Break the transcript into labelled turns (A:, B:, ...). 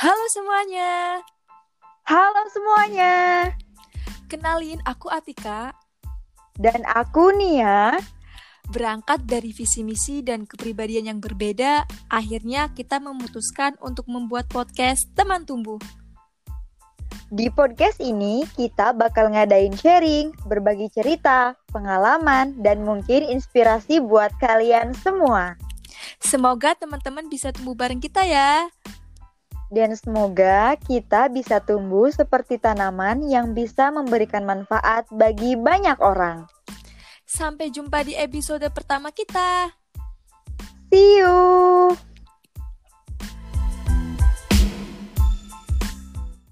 A: Halo semuanya,
B: Halo semuanya,
A: kenalin aku Atika,
B: dan aku Nia.
A: berangkat dari visi misi dan kepribadian yang berbeda, akhirnya kita memutuskan untuk membuat podcast Teman Tumbuh.
B: Di podcast ini kita bakal ngadain sharing, berbagi cerita, pengalaman, dan mungkin inspirasi buat kalian semua.
A: Semoga teman-teman bisa tumbuh bareng kita ya.
B: Dan semoga kita bisa tumbuh seperti tanaman yang bisa memberikan manfaat bagi banyak orang.
A: Sampai jumpa di episode pertama kita.
B: See you!